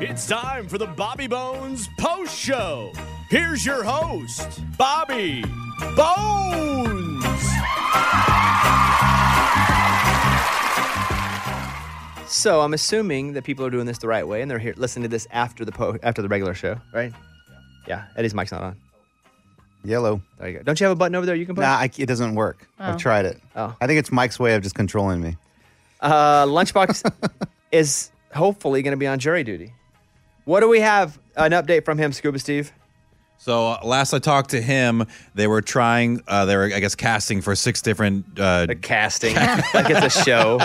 It's time for the Bobby Bones Post Show. Here's your host, Bobby Bones. So I'm assuming that people are doing this the right way, and they're here listening to this after the po- after the regular show, right? Yeah. Eddie's mic's not on. Yellow. There you go. Don't you have a button over there you can push? Nah, I, it doesn't work. I've tried it. Oh. I think it's Mike's way of just controlling me. Uh, Lunchbox is hopefully going to be on jury duty. What do we have? An update from him, Scuba Steve. So uh, last I talked to him, they were trying. Uh, they were, I guess, casting for six different uh, Casting like it's a show.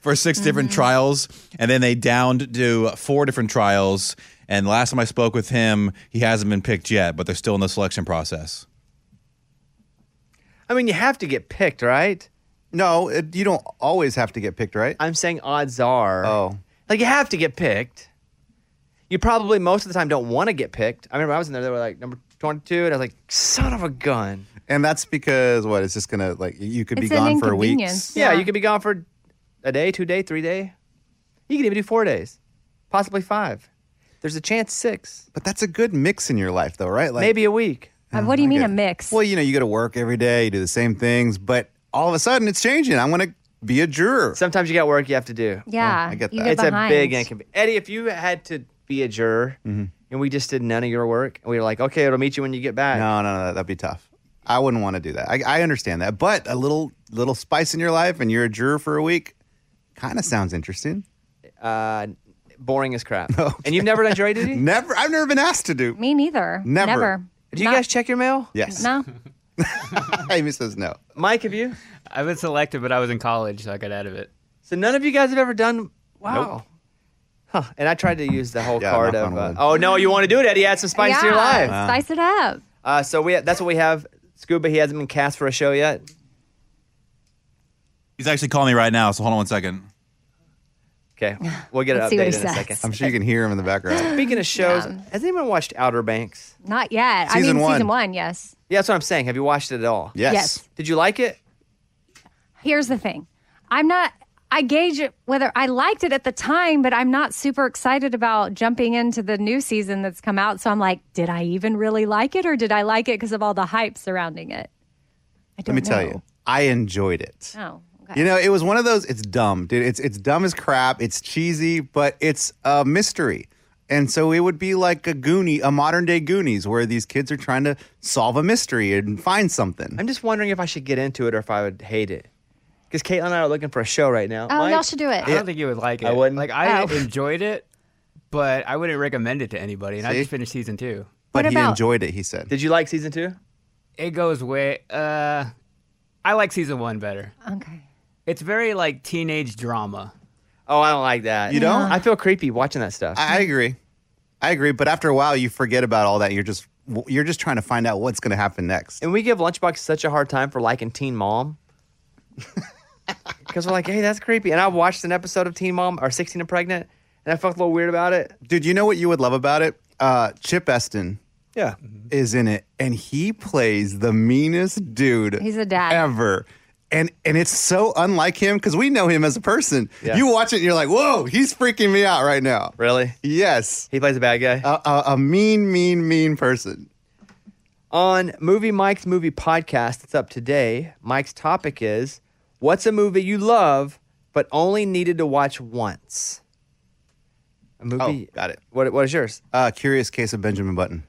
for 6 different mm-hmm. trials, and then they downed to four different trials. And last time I spoke with him, he hasn't been picked yet, but they're still in the selection process. I mean, you have to get picked, right? No, it, you don't always have to get picked, right? I'm saying odds are. Oh. Like you have to get picked. You probably most of the time don't want to get picked. I remember I was in there, they were like number 22, and I was like, son of a gun. and that's because what? It's just gonna like you could be It's an gone for inconvenience. weeks. Yeah, Yeah. you could be gone for a day, two day, three day. You could even do four days, possibly five. There's a chance six, But that's a good mix in your life, though, right? Like maybe a week. Uh, what do you mean okay. a mix? Well, you know, you go to work every day, you do the same things, but all of a sudden it's changing. I'm gonna be a juror. Sometimes you got work you have to do. yeah, I get you that. get it's behind. a big inconvenience. Eddie, if you had to be a juror Mm-hmm. and we just did none of your work and we were like, okay, it'll meet you when you get back. No, no, no, that'd be tough. I wouldn't want to do that. I, I understand that, but a little little spice in your life, and you're a juror for a week, kind of sounds interesting. Uh, boring as crap. And you've never done jury duty? Never, I've never been asked to do. Me neither. Never. Do you Not- guys check your mail? Yes, No. Amy says no. Mike, have you? I've been selected, but I was in college, so I got out of it. So none of you guys have ever done. Wow. Huh. And I tried to use the whole Yeah, card knock of. on Uh, wood. oh no, you want to do it, Eddie? Add some spice yeah. to your life. Spice it up. Uh, so we that's what we have. Scuba, he hasn't been cast for a show yet. He's actually calling me right now, so hold on one second. Okay, we'll get it Let's see updated what he in a says. second. I'm sure you can hear him in the background. Speaking of shows, Yeah. has anyone watched Outer Banks? Not yet. I Season mean, one. season one, yes. Yeah, that's what I'm saying. Have you watched it at all? Yes. Yes. Did you like it? Here's the thing I'm not, I gauge it whether I liked it at the time, but I'm not super excited about jumping into the new season that's come out. So I'm like, did I even really like it or did I like it because of all the hype surrounding it? I Let don't me tell know. you, I enjoyed it. Oh, okay. You know, it was one of those. It's dumb, dude. It's it's dumb as crap. It's cheesy, but it's a mystery, and so it would be like a Goonie, a modern day Goonies, where these kids are trying to solve a mystery and find something. I'm just wondering if I should get into it or if I would hate it. Because Caitlin and I are looking for a show right now. oh, Mike? y'all should do it. I don't think you would like it. I wouldn't? Like I Oh. enjoyed it, but I wouldn't recommend it to anybody. And I See? just finished season two. but What he about- enjoyed it. He said. Did you like season two? It goes way. Uh, I like season one better. okay. It's very like teenage drama. Oh, I don't like that. You don't? I feel creepy watching that stuff. I, I agree, I agree. But after a while, you forget about all that. You're just you're just trying to find out what's going to happen next. and we give Lunchbox such a hard time for liking Teen Mom. Because we're like, hey, that's creepy. And I watched an episode of Teen Mom or 16 and Pregnant, and I felt a little weird about it. Dude, you know what you would love about it? Uh, Chip Eston Yeah. is in it, and he plays the meanest dude. He's a dad. ever. And and it's so unlike him because we know him as a person. Yeah. You watch it, and you're like, whoa, he's freaking me out right now. Really? Yes, He plays a bad guy. a, a, a mean, mean, mean person. On Movie Mike's Movie Podcast, it's up today. Mike's topic is What's a movie you love but only needed to watch once? A movie. Oh, got it. What, what is yours? Uh, Curious Case of Benjamin Button.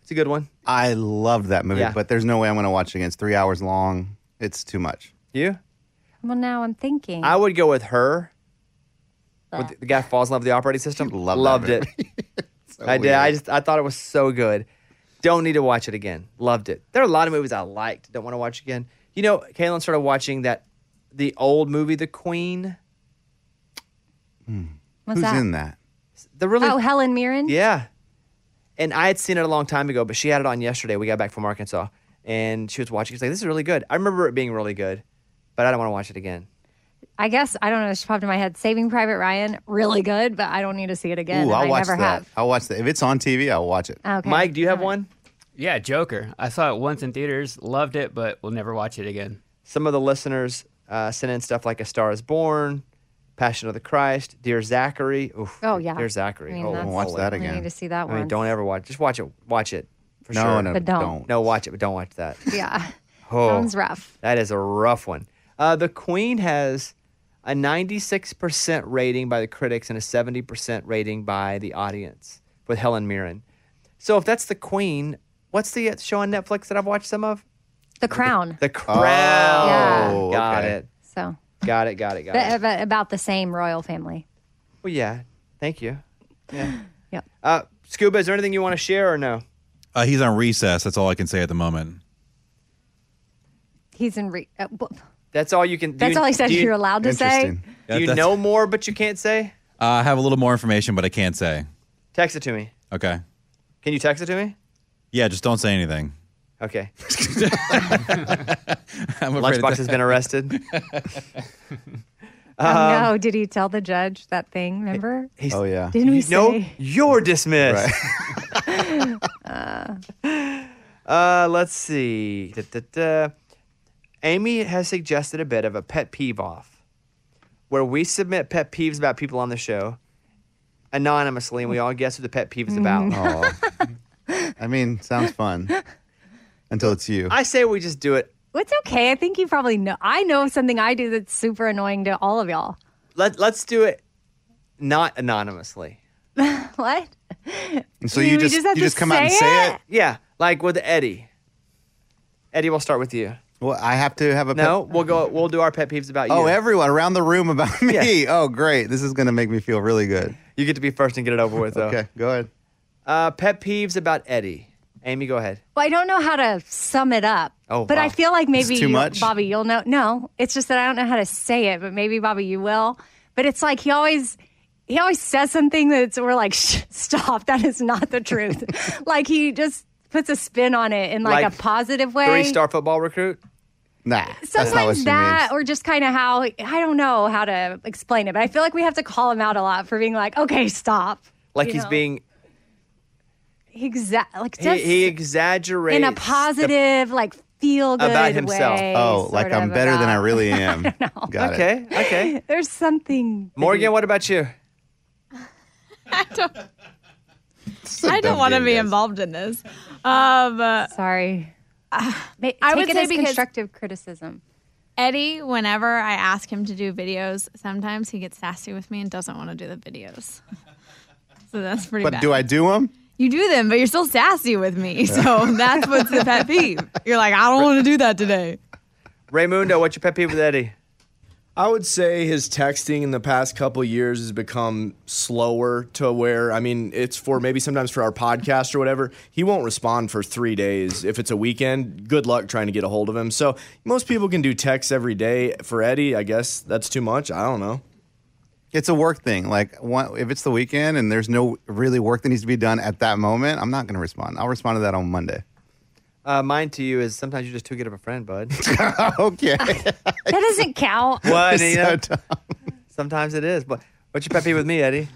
It's a good one. I loved that movie, Yeah. but there's no way I'm going to watch it again. It's three hours long. It's too much. You? Well, now I'm thinking. I would go with her. But- With the guy falls in love with the operating system. You love that Loved it. movie. Oh, I did. I just I thought it was so good. Don't need to watch it again. Loved it. There are a lot of movies I liked. Don't want to watch again. You know, Kaylin started watching that the old movie, The Queen. What's Who's that? in that? The really Oh, Helen Mirren? yeah. And I had seen it a long time ago, but she had it on yesterday. We got back from Arkansas, and she was watching. She's like, "This is really good." I remember it being really good, but I don't want to watch it again. I guess I don't know. It just popped in my head. Saving Private Ryan, really good, but I don't need to see it again. Ooh, and I'll I watch never Oh, that. I'll watch that. If it's on TV, I'll watch it. have. Okay. Mike, do you have one? Yeah, Joker. I saw it once in theaters, loved it, but will never watch it again. some of the listeners uh, sent in stuff like A Star is Born, Passion of the Christ, Dear Zachary. Oof, Oh, yeah. Dear Zachary. I mean, Holy that's- Watch moly. that We again. need to see that I one. mean, don't ever watch. Just watch it. Watch it for No, sure. no, But don't. don't. No, watch it, but don't watch that. Yeah. Oh. Sounds rough. That is a rough one. Uh, the Queen has a 96% rating by the critics and a 70% rating by the audience with Helen Mirren. So if that's the Queen, what's the uh, show on Netflix that I've watched some of? The Crown. The Oh. Crown. Yeah. Got Oh, okay. it. so, Got it. Got it. Got it. but, but about the same royal family. Well, yeah. Thank you. Yeah. Yep. Uh, Scuba, is there anything you want to share or no? Uh, he's on recess. That's all I can say at the moment. He's in. Re- uh, whoop. That's all you can. do that's you- all he said. do you- You're allowed to say. Interesting. Do you That's- know more, but you can't say? Uh, I have a little more information, but I can't say. Text it to me. Okay. Can you text it to me? Yeah, just don't say anything. Okay. I'm afraid Lunchbox that- has been arrested. Um, oh no! Did he tell the judge that thing? Remember? He's, Oh yeah. Didn't we you know, say? you're dismissed. uh, let's see. Da, da, da. Amy has suggested a bit of a pet peeve off, where we submit pet peeves about people on the show anonymously, and we all guess who the pet peeve is about. Oh. I mean, sounds fun. Until it's you. I say we just do it. Well, It's okay. I think you probably know. I know something I do that's super annoying to all of y'all. Let Let's do it not anonymously. What? And so you, You just, just have you to just come out and say say it. it? Yeah, like with Eddie. Eddie, we'll start with you. Well, I have to have a pet- No, we'll go. We'll do our pet peeves about you. Oh, everyone around the room about me. Oh, great. This is going to make me feel really good. You get to be first and get it over with, though. Okay, go ahead. Uh, pet peeves about Eddie. Amy, go ahead. Well, I don't know how to sum it up. Oh, but wow. I feel like maybe too you- much? Bobby, you'll know. No, it's just that I don't know how to say it, but maybe Bobby, you will. But it's like he always. He always says something that's we're like, Shh, stop. That is not the truth. like he just puts a spin on it in like, Like a positive way. Three star football recruit. Nah. that's not what Sometimes she that, means. or just kind of how I don't know how to explain it, but I feel like we have to call him out a lot for being like, "Okay, stop." Like You he's know? being exact, like he, just he exaggerates in a positive, like feel good About himself. Way, Oh, sort like I'm of better than I about- really am. Got it. Okay, okay. There's something. Morgan, what about you? I don't want to game, be guys. involved in this. Um, uh, Sorry. Ma- Take would it say as because- constructive criticism. Eddie, whenever I ask him to do videos, sometimes he gets sassy with me and doesn't want to do the videos. So that's pretty But bad. do I do them? you do them, but you're still sassy with me. So that's what's the pet peeve. You're like, I don't want to do that today. Raymundo, what's your pet peeve with Eddie? I would say his texting in the past couple years has become slower to where, I mean, it's for maybe sometimes for our podcast or whatever. He won't respond for three days. If it's a weekend, good luck trying to get a hold of him. So most people can do texts every day. For Eddie, I guess that's too much. I don't know. It's a work thing. Like, one, if it's the weekend and there's no really work that needs to be done at that moment, I'm not going to respond. I'll respond to that on Monday. Uh, mine to you is sometimes you're just too good of a friend, bud. okay. That doesn't count. what? you know, So dumb. sometimes it is. But what's your pet peeve with me, Eddie?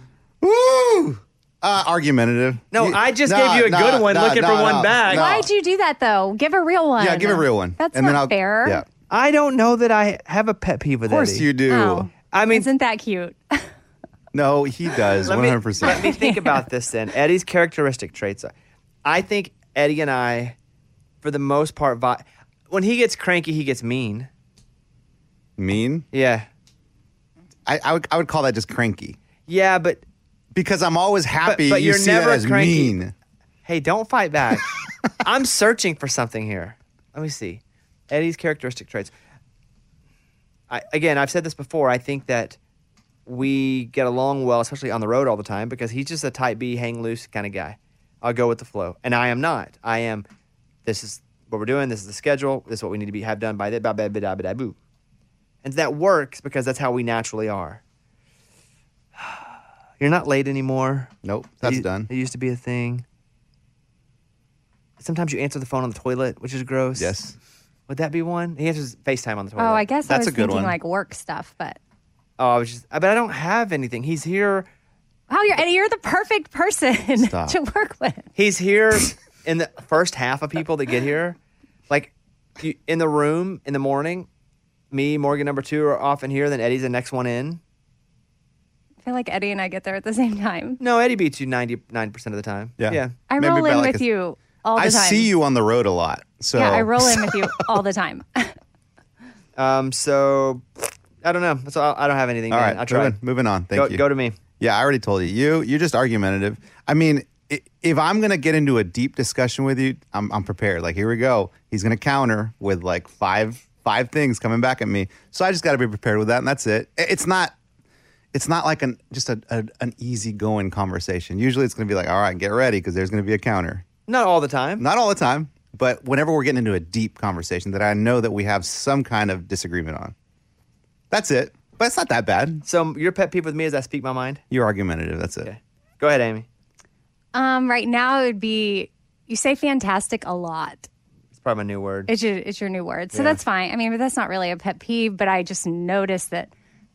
Woo! Uh, argumentative. No, You- I just nah, gave you a nah, good one, nah, looking nah, for one nah, back. nah. Why'd you do that though? Give a real one. Yeah, give a real one. That's and not then I'll, fair. Yeah. Of I don't know that I have a pet peeve with course Eddie. you do. Oh. I mean, Isn't that cute? No, he does. Let One me- hundred Let me percent. think about this then. Eddie's characteristic traits. Are, I think Eddie and I, for the most part, vi- when he gets cranky, he gets mean. Mean. Yeah, I, I would I would call that just cranky yeah, but because I'm always happy. but you you're see never that as cranky. mean. hey, don't fight back. I'm searching for something here. Let me see. Eddie's characteristic traits. I, again, I've said this before. I think that we get along well, especially on the road all the time, because he's just a type B, hang loose kind of guy. I'll go with the flow, and I am not. I am. This is what we're doing. This is the schedule. This is what we need to be have done by that. Ba ba ba da ba da boo. And that works because that's how we naturally are. You're not late anymore. Nope, that's It- done. It used to be a thing. Sometimes you answer the phone on the toilet, which is gross. Yes. Would that be one? He answers FaceTime on the toilet. Oh, I guess That's I was a good thinking one. like work stuff, but Oh, I was just, but I don't have anything. He's here. wow, you're and you're the perfect person Stop. to work with. He's here in the first half of people that get here. Like you, in the room in the morning, me, Morgan number two are often here, then Eddie's the next one in. feel like Eddie and I get there at the same time. No, Eddie beats you 99% of the time. Yeah. Yeah. I Maybe roll by in like with a- you all the I time. see you on the road a lot. So Yeah, I roll in with you all the time. Um, so I don't know. That's all. I don't have anything. All man. right, I tried. Moving, moving on. Thank Go, you. go to me. Yeah, I already told you. You you're just argumentative. I mean, i- if I'm gonna get into a deep discussion with you, I'm I'm prepared. Like here we go. He's gonna counter with like five five things coming back at me. So I just got to be prepared with that, and that's it. I- It's not. It's not like an just a, a an easygoing conversation. Usually, it's gonna be like, all right, get ready because there's gonna be a counter. Not all the time. Not all the time, but whenever we're getting into a deep conversation that I know that we have some kind of disagreement on. That's it. But it's not that bad. So your pet peeve with me is I speak my mind. You're argumentative. That's it. Go ahead, Amy. um, right now it would be you say fantastic a lot. It's probably my new word. It's your it's your new word. So that's fine. I mean, but that's not really a pet peeve, but I just noticed that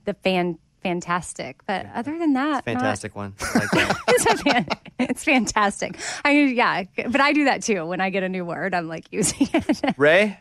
the fan fantastic. But other than that, not- Fantastic one. I like that. it's, a fan- it's fantastic. I yeah, but I do that too. When I get a new word, I'm like using it. Ray.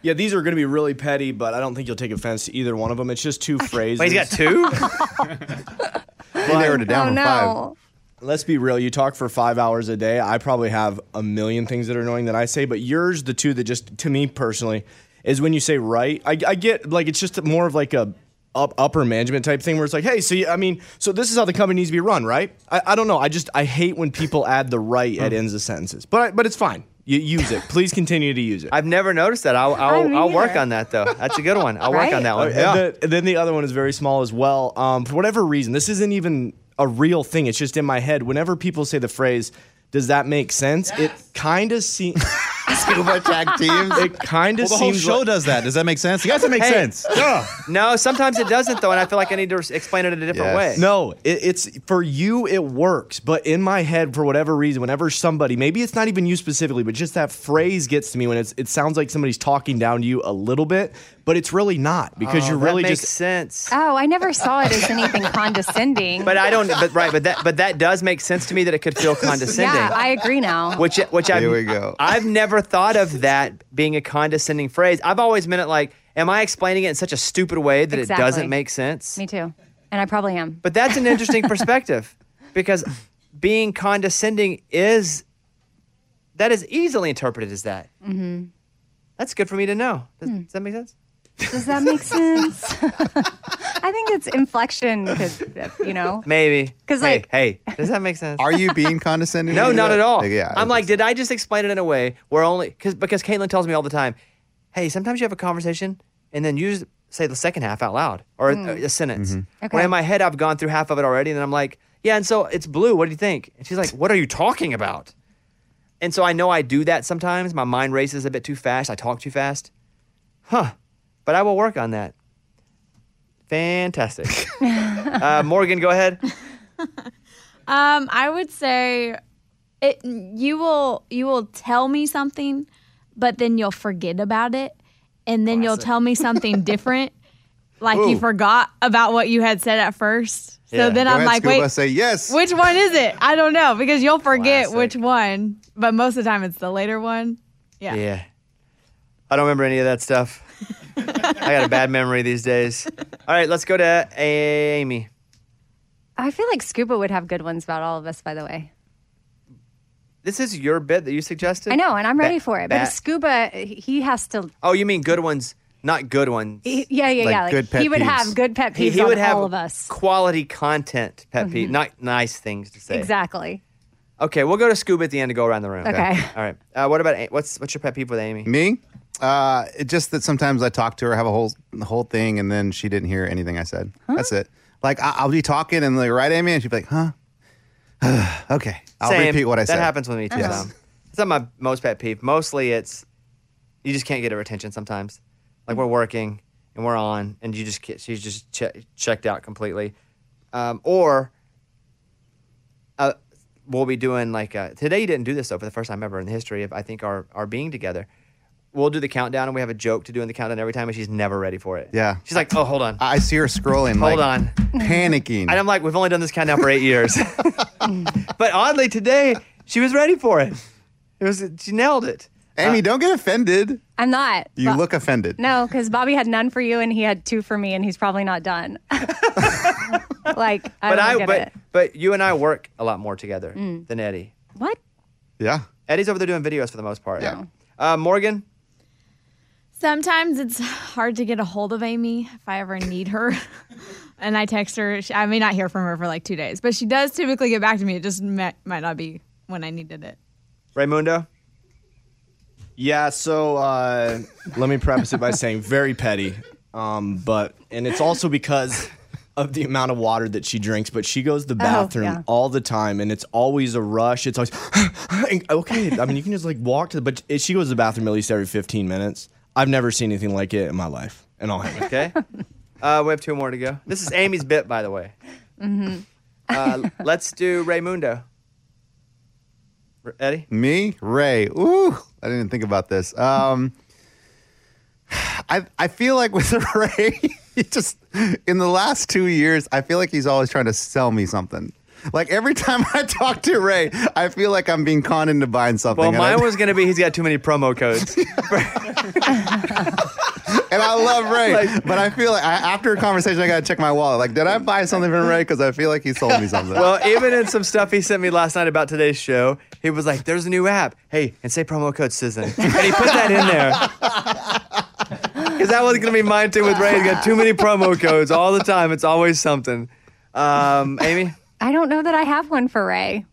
Yeah, these are going to be really petty, but I don't think you'll take offense to either one of them. It's just two phrases. Wait, he's got two. They narrowed it down oh from five. no. Let's be real. You talk for five hours a day. I probably have a million things that are annoying that I say, but yours, the two that just to me personally, is when you say right. I, I get like it's just more of like a up, upper management type thing where it's like, hey, so you, I mean, so this is how the company needs to be run, right? I, I don't know. I just I hate when people add the right at ends of sentences, but I, but it's fine. You use it. Please continue to use it. I've never noticed that. I'll I'll, me I'll work either. on that though. That's a good one. I'll work on Right? that one. Uh, yeah. and the- and then the other one is very small as well. Um, for whatever reason, this isn't even a real thing. It's just in my head. Whenever people say the phrase, "Does that make sense?" It kind of seems. Scuba tag teams. it kind of Well, the whole seems. show like- does that. Does that make sense? You guys, it makes Hey. sense. no, sometimes it doesn't though, and I feel like I need to res- explain it in a different Yes. way. no, it, it's for you. It works, but in my head, for whatever reason, whenever somebody, maybe it's not even you specifically, but just that phrase gets to me when it's, it sounds like somebody's talking down to you a little bit, but it's really not because Oh, you're that really makes just sense. Oh, I never saw it as anything condescending. But I don't. But right. But that. But that does make sense to me that it could feel condescending. yeah, I agree now. which which I've, Here we go. I've never thought of that being a condescending phrase. I've always meant it like, am I explaining it in such a stupid way that Exactly. it doesn't make sense? Me too, and I probably am. But that's an interesting perspective because being condescending is that is easily interpreted as that. Mm-hmm. That's good for me to know. Does, Hmm. does that make sense? Does that make sense? I think it's inflection could, you know. Maybe. 'Cause, hey, like- hey, does that make sense? Are you being condescending? No, to not at that? all. yeah. I'm like, did I just explain it in a way where only because because Caitlin tells me all the time, hey, sometimes you have a conversation and then you just say the second half out loud or a- a, sentence. Okay. When in my head I've gone through half of it already, and then I'm like, yeah, and so it's blue. What do you think? And she's like, what are you talking about? And so I know I do that sometimes. My mind races a bit too fast. I talk too fast. Huh. But I will work on that. Fantastic. uh, Morgan, go ahead. Um, I would say it. You will you will tell me something, but then you'll forget about it, and then you'll tell me something different, like you forgot about what you had said at first. So Yeah. then Go I'm ahead, like, Scuba, wait, say yes. which one is it? I don't know because you'll forget Classic. which one. But most of the time, it's the later one. Yeah. Yeah. I don't remember any of that stuff. I got a bad memory these days. All right, let's go to Amy. I feel like Scuba would have good ones about all of us. By the way, This is your bit that you suggested? I know, and I'm ready That- for it. But if that- Scuba, he has to. Oh, you mean good ones, not good ones. he- yeah, yeah, Like yeah. Like good pet he would peeves. have good pet peeves on all of us. Mm-hmm. quality content, pet peeve, not nice things to say. Exactly. Okay, we'll go to Scuba at the end to go around the room. Okay. All right. Uh, what about A- what's what's your pet peeve with Amy? Me? Uh, it just that sometimes I talk to her, have a whole whole thing, and then she didn't hear anything I said. That's it. Like I, I'll be talking and like right, Amy, and she'd be like, "Huh? okay." I'll Same. repeat what I that said. That happens with me too. Yes. Tom. It's not my most pet peeve. Mostly it's you just can't get her attention sometimes. Like we're working and we're on, and you just get, she's just che- checked out completely. Um, or uh, we'll be doing like uh today. You didn't do this though for the first time ever in the history of I think our our being together. We'll do the countdown, and we have a joke to do in the countdown every time, and she's never ready for it. Yeah. she's like, "Oh, hold on," I I see her scrolling. Hold like, on. panicking. and I'm like, "We've only done this countdown for eight years." but oddly, today she was ready for it. It was she nailed it. Amy, don't get offended. I'm not. You Bo- look offended. No, because Bobby had none for you, and he had two for me, and he's probably not done. Like, I but don't I, get but it. Mm. but you and I work a lot more together than Eddie. What? Yeah. Eddie's over there doing videos for the most part. Yeah. Uh, Morgan, Sometimes it's hard to get a hold of Amy if I ever need her. and I text her. She, I may not hear from her for like two days, but she does typically get back to me. It just might, might not be when I needed it. Raymundo, Yeah, so uh, let me preface it by saying very petty, um, but and it's also because of the amount of water that she drinks. But she goes to the bathroom yeah. all the time, and it's always a rush. It's always and- okay. I mean, you can just like walk to the, but it, she goes to the bathroom at least every fifteen minutes. I've never seen anything like it in my life, and I'll hang it. okay. uh, we have two more to go. This is Amy's bit, by the way. Mm-hmm. uh, let's do Raymundo. R- Eddie, Me, Ray. Ooh, I didn't think about this. Um, I I feel like with Ray, he just in the last two years, I feel like he's always trying to sell me something. Like every time I talk to Ray, I feel like I'm being conned into buying something. well, and I- mine was gonna be he's got too many promo codes. and I love Ray, but I feel like I, after a conversation, I gotta check my wallet. Like, did I buy something from Ray? Because I feel like he sold me something. well, even in some stuff he sent me last night about today's show, he was like, "There's a new app. Hey, and say promo code Susan." And he put that in there because that wasn't gonna be mine too. With Ray, he's got too many promo codes all the time. It's always something. Um, Amy, I don't know that I have one for Ray.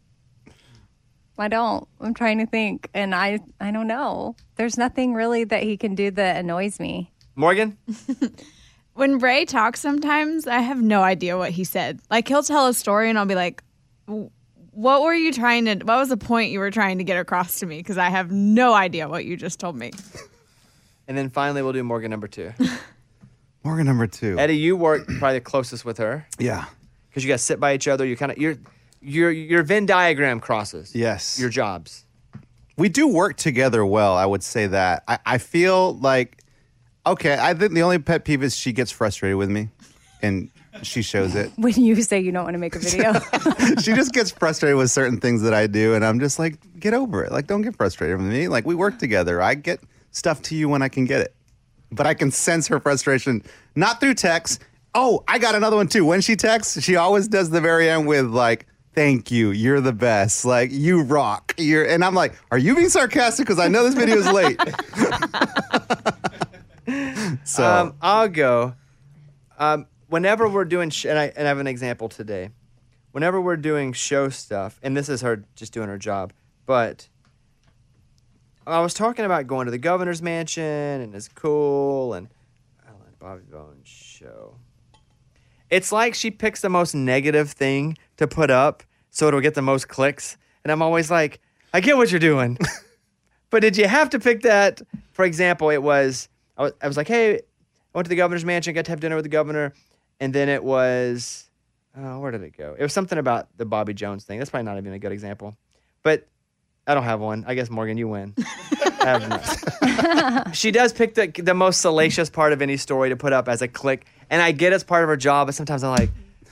I don't. I'm trying to think, and I I don't know. There's nothing really that he can do that annoys me. Morgan, When Ray talks, sometimes I have no idea what he said. Like he'll tell a story, and I'll be like, "W- "What were you trying to? What was the point you were trying to get across to me? Because I have no idea what you just told me." and then finally we'll do Morgan number two. Morgan number two. Eddie, you work probably the closest with her Yeah. because you guys sit by each other. You kind of your your your Venn diagram crosses. Yes. your jobs. we do work together well. I would say that. I, I feel like okay. I think the only pet peeve is she gets frustrated with me, and she shows it. When you say you don't want to make a video, she just gets frustrated with certain things that I do, and I'm just like, get over it. Like, don't get frustrated with me. Like, we work together. I get stuff to you when I can get it, but I can sense her frustration not through text. Oh, I got another one too. When she texts, she always does the very end with like, "Thank you, you're the best. Like, you rock." You're, and I'm like, "Are you being sarcastic? Because I know this video is late." so Um, I'll go. Um, whenever we're doing, sh- and, I, and I have an example today. Whenever we're doing show stuff, and this is her just doing her job, but I was talking about going to the governor's mansion and it's cool and Ellen Bobby Bones show. It's like she picks the most negative thing to put up so it'll get the most clicks. And I'm always like, I get what you're doing. But did you have to pick that? For example, it was I was, I was like, hey, I went to the governor's mansion, got to have dinner with the governor, and then it was oh, where did it go? It was something about the Bobby Jones thing. That's probably not even a good example, but I don't have one. I guess Morgan, you win. I have none. she does pick the the most salacious part of any story to put up as a click, and I get it's part of her job, but sometimes I'm like,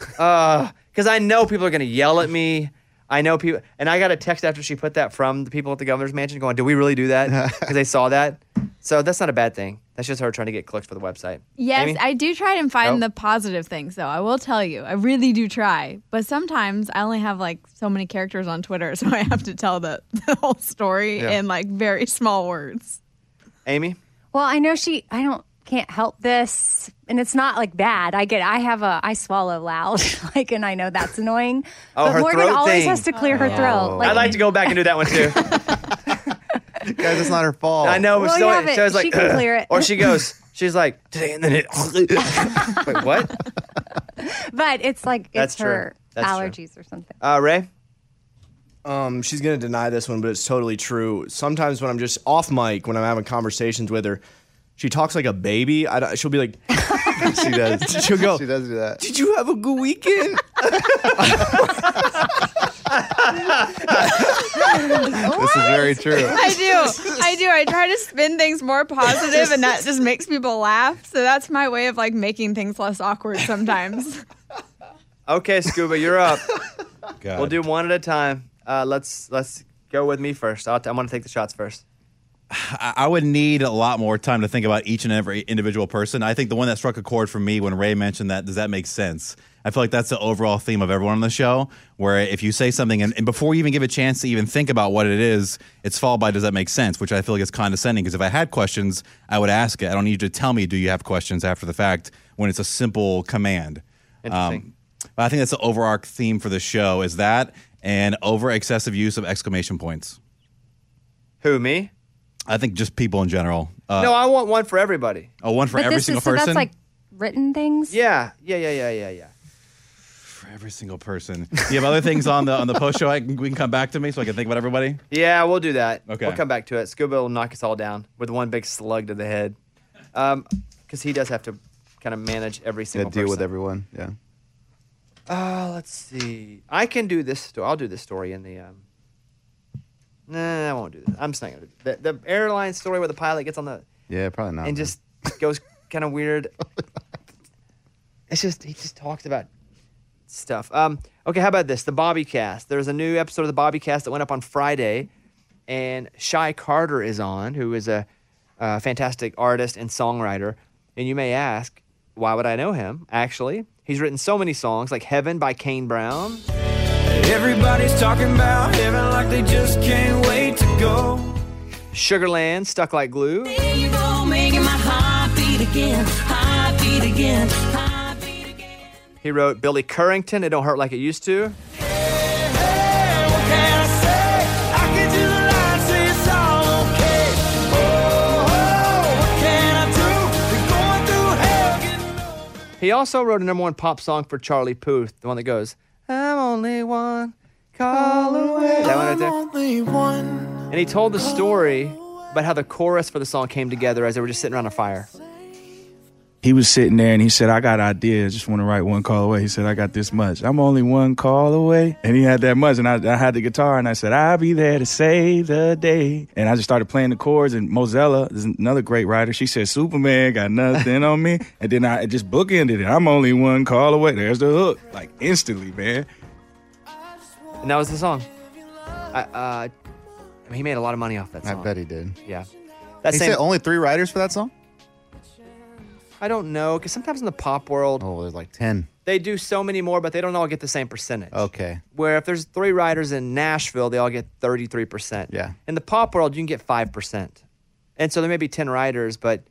because I know people are going to yell at me. I know people, and I got a text after she put that from the people at the governor's mansion going, "Do we really do that?" Because they saw that. So that's not a bad thing. That's just her trying to get clicks for the website. Yes, Amy? I do try and find Oh. the positive things, though. I will tell you, I really do try. But sometimes I only have like so many characters on Twitter, so I have to tell the, the whole story Yeah. in like very small words. Amy, well, I know she. I don't can't help this, and it's not like bad. I get. I have a. I swallow loud, like, and I know that's annoying. Oh, but her Morgan throat always thing. Oh. has to clear her throat. I'd like to go back and do that one too. guys, it's not her fault. I know, but Well, so, yeah, but so it's like, she can clear it. or she goes, she's like, today and then it. Wait, what? but it's like it's That's true. her That's true. allergies or something. Uh, Ray, Um, she's gonna deny this one, but it's totally true. Sometimes when I'm just off mic, when I'm having conversations with her, she talks like a baby. I don't, she'll be like, she does. she'll go, She does do that. "Did you have a good weekend?" This is very true. I do. I do. I try to spin things more positive, and that just makes people laugh. So that's my way of like making things less awkward sometimes. okay, Scuba, you're up. God. we'll do one at a time. Uh, let's let's go with me first. I'll t- I'm gonna take the shots first. I I would need a lot more time to think about each and every individual person. I think the one that struck a chord for me when Ray mentioned that, does that make sense? I feel like that's the overall theme of everyone on the show, where if you say something and, and before you even give a chance to even think about what it is, it's followed by does that make sense, which I feel like is condescending because if I had questions, I would ask it. I don't need you to tell me do you have questions after the fact when it's a simple command. Um, Interesting. but I think that's the overarching theme for the show is that and over excessive use of exclamation points. Who me? I think just people in general. Uh, no, I want one for everybody. oh, one for but every this single is so person. that's like written things. Yeah, yeah, yeah, yeah, yeah, yeah. for every single person. Do you have other things on the on the post show? I can, we can come back to me so I can think about everybody. Yeah, we'll do that. Okay. We'll come back to it. Scuba will knock us all down with one big slug to the head. Um, because he does have to kind of manage every to single deal with person. everyone. Yeah. Uh, let's see. I can do this story. I'll do this story in the. Um... Nah, I won't do that. I'm just not gonna. Do the, the airline story where the pilot gets on the Yeah, probably not. and man. just goes kind of weird. It's just he just talks about stuff. Um, okay, how about this? The Bobby Cast. There's a new episode of the Bobby Cast that went up on Friday, and Shy Carter is on, who is a, uh fantastic artist and songwriter. And you may ask, why would I know him? Actually, he's written so many songs, like Heaven by Kane Brown. Everybody's talking about heaven like they just can't wait to go. Sugarland, Stuck Like Glue. He wrote Billy Currington, It Don't Hurt Like It Used to. Hey, what can I say? I can do the line, say it's all okay. Oh, oh, what can I do? Been going through hell, getting over. He also wrote a number one pop song for Charlie Puth, the one that goes, I'm only one call away. That one right there. Only one. And he told the story about how the chorus for the song came together as they were just sitting around a fire. he was sitting there and he said, I got ideas. Just want to write one call away. He said, I got this much. I'm only one call away. And he had that much. And I, I had the guitar and I said, I'll be there to save the day. And I just started playing the chords. And Mozella is another great writer. She said, Superman got nothing on me. And then I just bookended it. I'm only one call away. There's the hook. Like instantly, man. And that was the song. I, uh, I mean, he made a lot of money off that I song. bet he did. Yeah. That He same, said only three writers for that song. I don't know, because sometimes in the pop world, Oh, there's like ten. they do so many more, but they don't all get the same percentage. Okay. Where if there's three writers in Nashville, they all get 33%. Yeah. In the pop world, you can get 5%. And so there may be 10 writers, but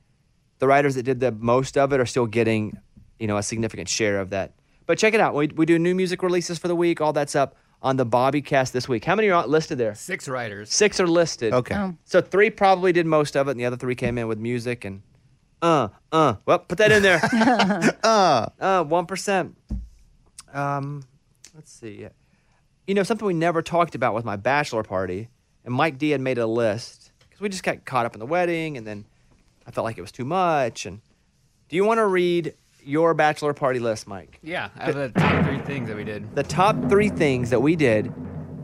the writers that did the most of it are still getting, you know, a significant share of that. But check it out. We, we do new music releases for the week. All that's up on the Bobbycast this week. How many are listed there? Six writers. Six are listed. Okay. So three probably did most of it, and the other three came in with music and uh, uh. Well, put that in there. uh. Uh, 1%. Um, let's see. You know, something we never talked about with my bachelor party, and Mike D had made a list because we just got caught up in the wedding, and then I felt like it was too much. And do you want to read your bachelor party list, Mike? Yeah, out of the top three things that we did. The top three things that we did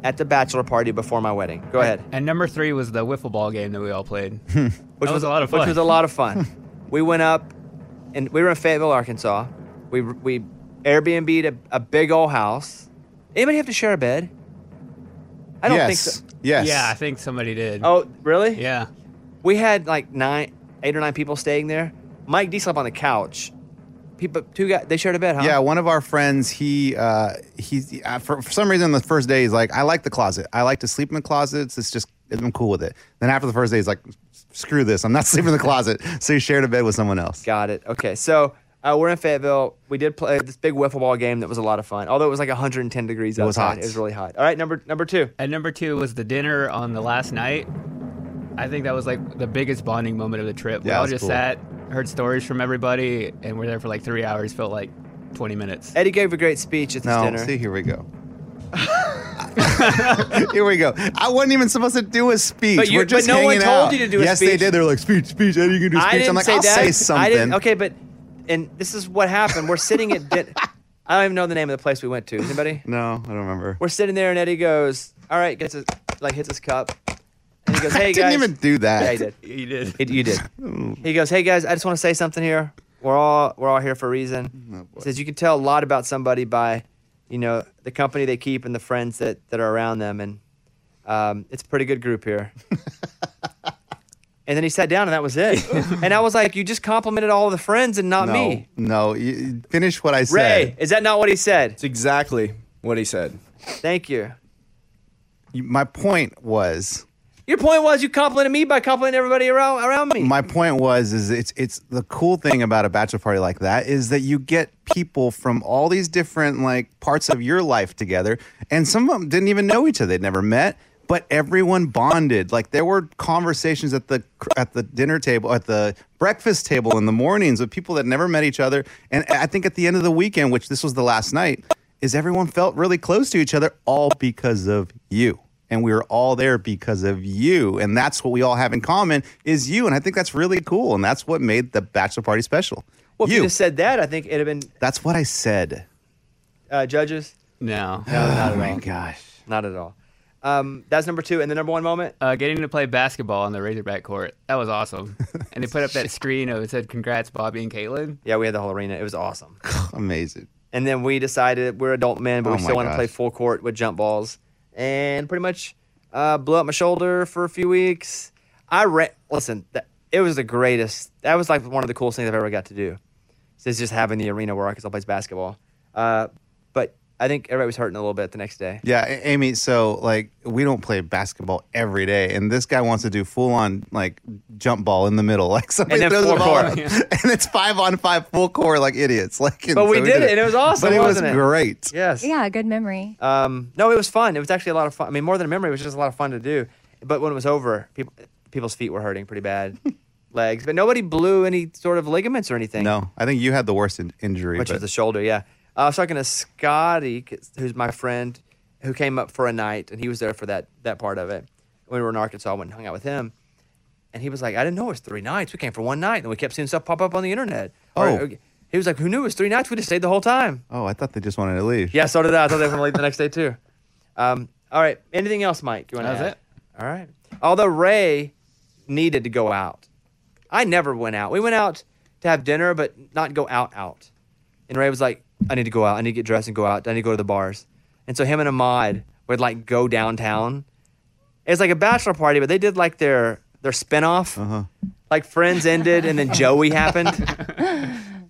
at the bachelor party before my wedding. Go ahead. And number three was the wiffle ball game that we all played. which which was a lot of fun. Hmm. Which was a lot of fun. we went up, and we were in Fayetteville, Arkansas. We we Airbnb'd a, a big old house. Anybody have to share a bed? I don't yes. think so. Yes. Yeah, I think somebody did. Oh, really? Yeah. We had like nine, eight or nine people staying there. Mike D slept on the couch. People, two guys, they shared a bed, huh? Yeah, one of our friends, he uh, he uh, for, for some reason the first day he's like, I like the closet. I like to sleep in the closets. It's just I'm cool with it. Then after the first day, he's like, screw this. I'm not sleeping in the closet. So he shared a bed with someone else. Got it. Okay, so uh, we're in Fayetteville. We did play this big wiffle ball game that was a lot of fun. Although it was like 110 degrees was outside, hot. it was really hot. All right, number number two. And number two was the dinner on the last night. I think that was like the biggest bonding moment of the trip. we Yeah, it all was just cool. sat, heard stories from everybody, and we're there for like three hours. Felt like twenty minutes. Eddie gave a great speech at this No, dinner. see, here we go. here we go. I wasn't even supposed to do a speech. But you- We're just but no one hanging told out. you to do a yes, speech. they did. They're like speech, speech. Eddie, you can do a speech. I didn't am like, say I'll that. say something. I didn't. Okay, but and this is what happened. We're sitting at. Din- I don't even know the name of the place we went to. Anybody? No, I don't remember. We're sitting there, and Eddie goes, "All right," gets his like hits his cup, and he goes, "Hey I didn't guys." even do that. yeah, he did. You did. It, you did. He goes, "Hey guys, I just want to say something here. We're all we're all here for a reason." He says you can tell a lot about somebody by, you know, the company they keep and the friends that that are around them, and um, it's a pretty good group here. And then he sat down, and that was it. and I was like, "You just complimented all the friends and not no, Uh, me." No, you, finish what I said. Ray, is that not what he said? It's exactly what he said. Thank you. You- My point was. Your point was you complimented me by complimenting everybody around around me. My point was is it's it's the cool thing about a bachelor party like that is that you get people from all these different like parts of your life together and some of them didn't even know each other they'd never met but everyone bonded like there were conversations at the at the dinner table at the breakfast table in the mornings with people that never met each other and I think at the end of the weekend which this was the last night is everyone felt really close to each other all because of you and we were all there because of you and that's what we all have in common is you and i think that's really cool and that's what made the bachelor party special well, if you you just said that, I think it'd have been that's what i said uh, judges. No. No, not at oh my all. gosh Not at all. Um, that's number two, and the number one moment. Uh, getting to play basketball on the Razorback court. That was awesome. And they put up that screen of it said, Congrats, Bobby and Caitlin. Yeah, we had the whole arena. It was awesome. amazing And then we decided we're adult men, but Oh we my still want to gosh. play full court with jump balls. And pretty much uh, blew up my shoulder for a few weeks. I ran. Listen, that, it was the greatest. That was like one of the coolest things I've ever got to do. So it's just having the arena where I could still play basketball. Uh, but I think everybody was hurting a little bit the next day. yeah A- amy so like we don't play basketball every day and this guy wants to do full on like jump ball in the middle like somebody then throws full a ball court. up, and it's five on five full core like idiots like and But we so did it, and it was awesome, but it wasn't it? was great Yes. Yeah, good memory. Um, no, it was fun. It was actually a lot of fun. I mean, more than a memory, it was just a lot of fun to do. But when it was over, people, people's feet were hurting pretty bad, legs. But nobody blew any sort of ligaments or anything. no i think you had the worst in- injury which but was the shoulder. Yeah, I was talking to Scotty, who's my friend, who came up for a night, and he was there for that that part of it. When we were in Arkansas, I went and hung out with him, and he was like, "I didn't know it was three nights. We came for one night, and we kept seeing stuff pop up on the internet." Or- Oh. he was like, "Who knew it was three nights? We just stayed the whole time." oh i thought they just wanted to leave Yeah, so did I. I thought they were going to leave the next day too. Um, all right. Anything else, Mike? You want to That was add? All right. Although Ray needed to go out, I never went out. We went out to have dinner, but not go out out. And Ray was like, "I need to go out. I need to get dressed and go out. I need to go to the bars." And so him and Ahmad would like go downtown. It's like a bachelor party, but they did like their their spinoff. Uh-huh. Like Friends ended, and then Joey happened.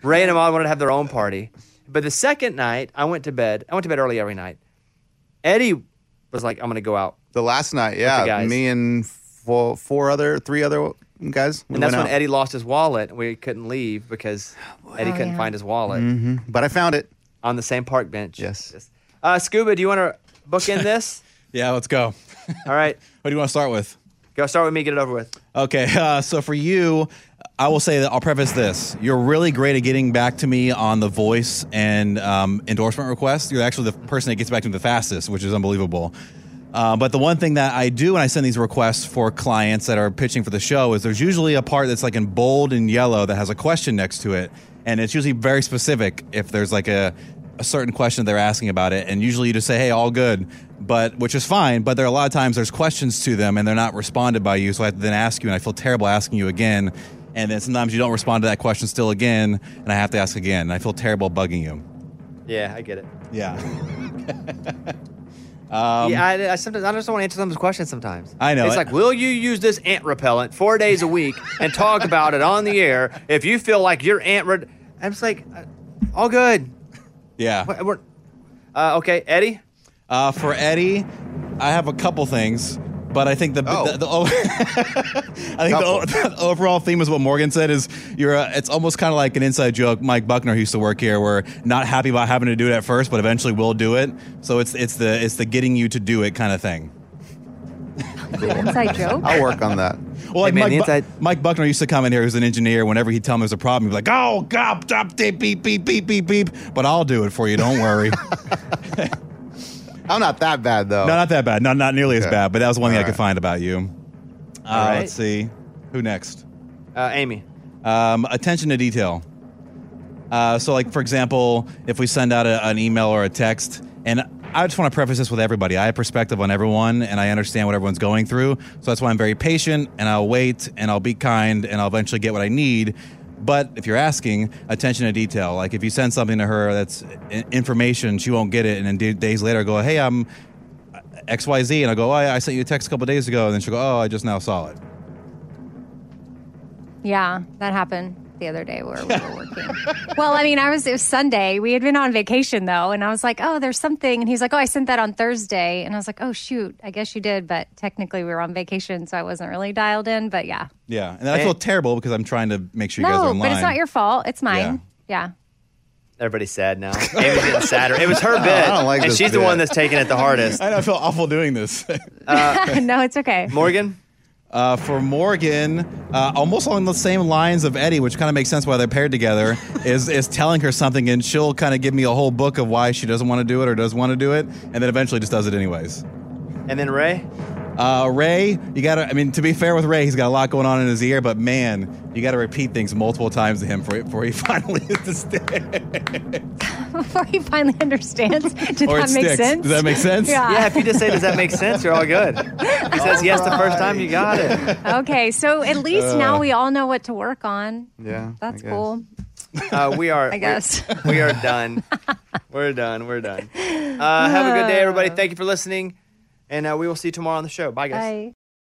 Ray and Ahmad wanted to have their own party. But the second night, I went to bed. I went to bed early every night. Eddie was like, I'm going to go out. The last night, yeah, guys. me and four, four other, three other guys. We And that's went when out. Oh, Eddie lost his wallet. We couldn't leave because Eddie couldn't yeah. find his wallet But I found it. on the same park bench. Mm-hmm. Yes. Uh, Scuba, do you want to book in this? Yeah, let's go. All right. What do you want to start with? Go start with me, get it over with. Okay, uh, so for you, I will say that I'll preface this: you're really great at getting back to me on the voice and um, endorsement requests. You're actually the person that gets back to me the fastest, which is unbelievable. Uh, but the one thing that I do when I send these requests for clients that are pitching for the show is there's usually a part that's like in bold and yellow that has a question next to it, and it's usually very specific. If there's like a a certain question they're asking about it, and usually you just say, "Hey, all good," but which is fine. But there are a lot of times there's questions to them, and they're not responded by you, so I have to then ask you, and I feel terrible asking you again. And then sometimes you don't respond to that question still again, and I have to ask again, and I feel terrible bugging you. Yeah, I get it. Yeah, Um, yeah, I, I sometimes I just don't want to answer some of those questions sometimes. I know It's it. like, will you use this ant repellent four days a week and talk about it on the air if you feel like your ant? Re- I'm just like, uh, all good. yeah. What- what- uh, okay, Eddie. Uh, for Eddie, I have a couple things, but I think the Oh. the, the, o- I think the, o- the overall theme is what Morgan said is you're. A, it's almost kind of like an inside joke. Mike Buckner who used to work here. We're not happy about having to do it at first, but eventually we'll do it. So it's it's the it's the getting you to do it kind of thing. Inside joke. I'll work on that. Well, like man, the Mike, Bu- inside- Mike Buckner used to come in here as an engineer. Whenever he'd tell me there's a problem, he'd be like, "Oh God, stop, beep, beep, beep, beep, beep, beep." But I'll do it for you. Don't worry. I'm not that bad though. No, not that bad. Not not nearly as Okay. bad. But that was one thing All I could right. find about you. Uh, right. Let's see. Who next? Uh, Amy. Um, attention to detail. Uh, so, like for example, if we send out a, an email or a text, and I just want to preface this with everybody. I have perspective on everyone, and I understand what everyone's going through. So that's why I'm very patient, and I'll wait, and I'll be kind, and I'll eventually get what I need. But if you're asking, attention to detail. Like if you send something to her that's i- information, she won't get it, and then d- days later, go, "Hey, I'm uh, XYZ. And I go, oh, I I sent you a text a couple days ago. And then she'll go, oh, I just now saw it. Yeah, that happened the other day where we were working. well, I mean, I was it was Sunday. We had been on vacation though, and I was like, "Oh, there's something," and he's like, "Oh, I sent that on Thursday," and I was like, "Oh, shoot, I guess you did," but technically we were on vacation, so I wasn't really dialed in. But yeah, Yeah, and then I feel terrible because I'm trying to make sure you guys are no, online. but it's not your fault. It's mine. Yeah. Everybody's sad now. Amy's getting sadder. It was her bit, I don't like and this she's the bit. one that's taking it the hardest. I know I feel awful doing this. no, it's okay. Morgan, Uh, for Morgan, uh, almost along the same lines of Eddie, which kind of makes sense why they're paired together, is is telling her something, and she'll kind of give me a whole book of why she doesn't want to do it or does want to do it, and then eventually just does it anyways. and then Ray. Uh, Ray, you got to. I mean, to be fair with Ray, he's got a lot going on in his ear, but man, you got to repeat things multiple times to him for before he finally hits the stick. Before he finally understands, did Or it that make sticks. sense? Does that make sense? Yeah. Yeah, if you just say, "Does that make sense?" You're all good. He says yes the first time. You got it. Okay, so at least Uh. now we all know what to work on. Yeah, I That's guess. cool, Uh, we are. I guess. We are done. We're done. We're done. Uh, have a good day, everybody. Thank you for listening, and uh, we will see you tomorrow on the show. Bye, guys. Bye.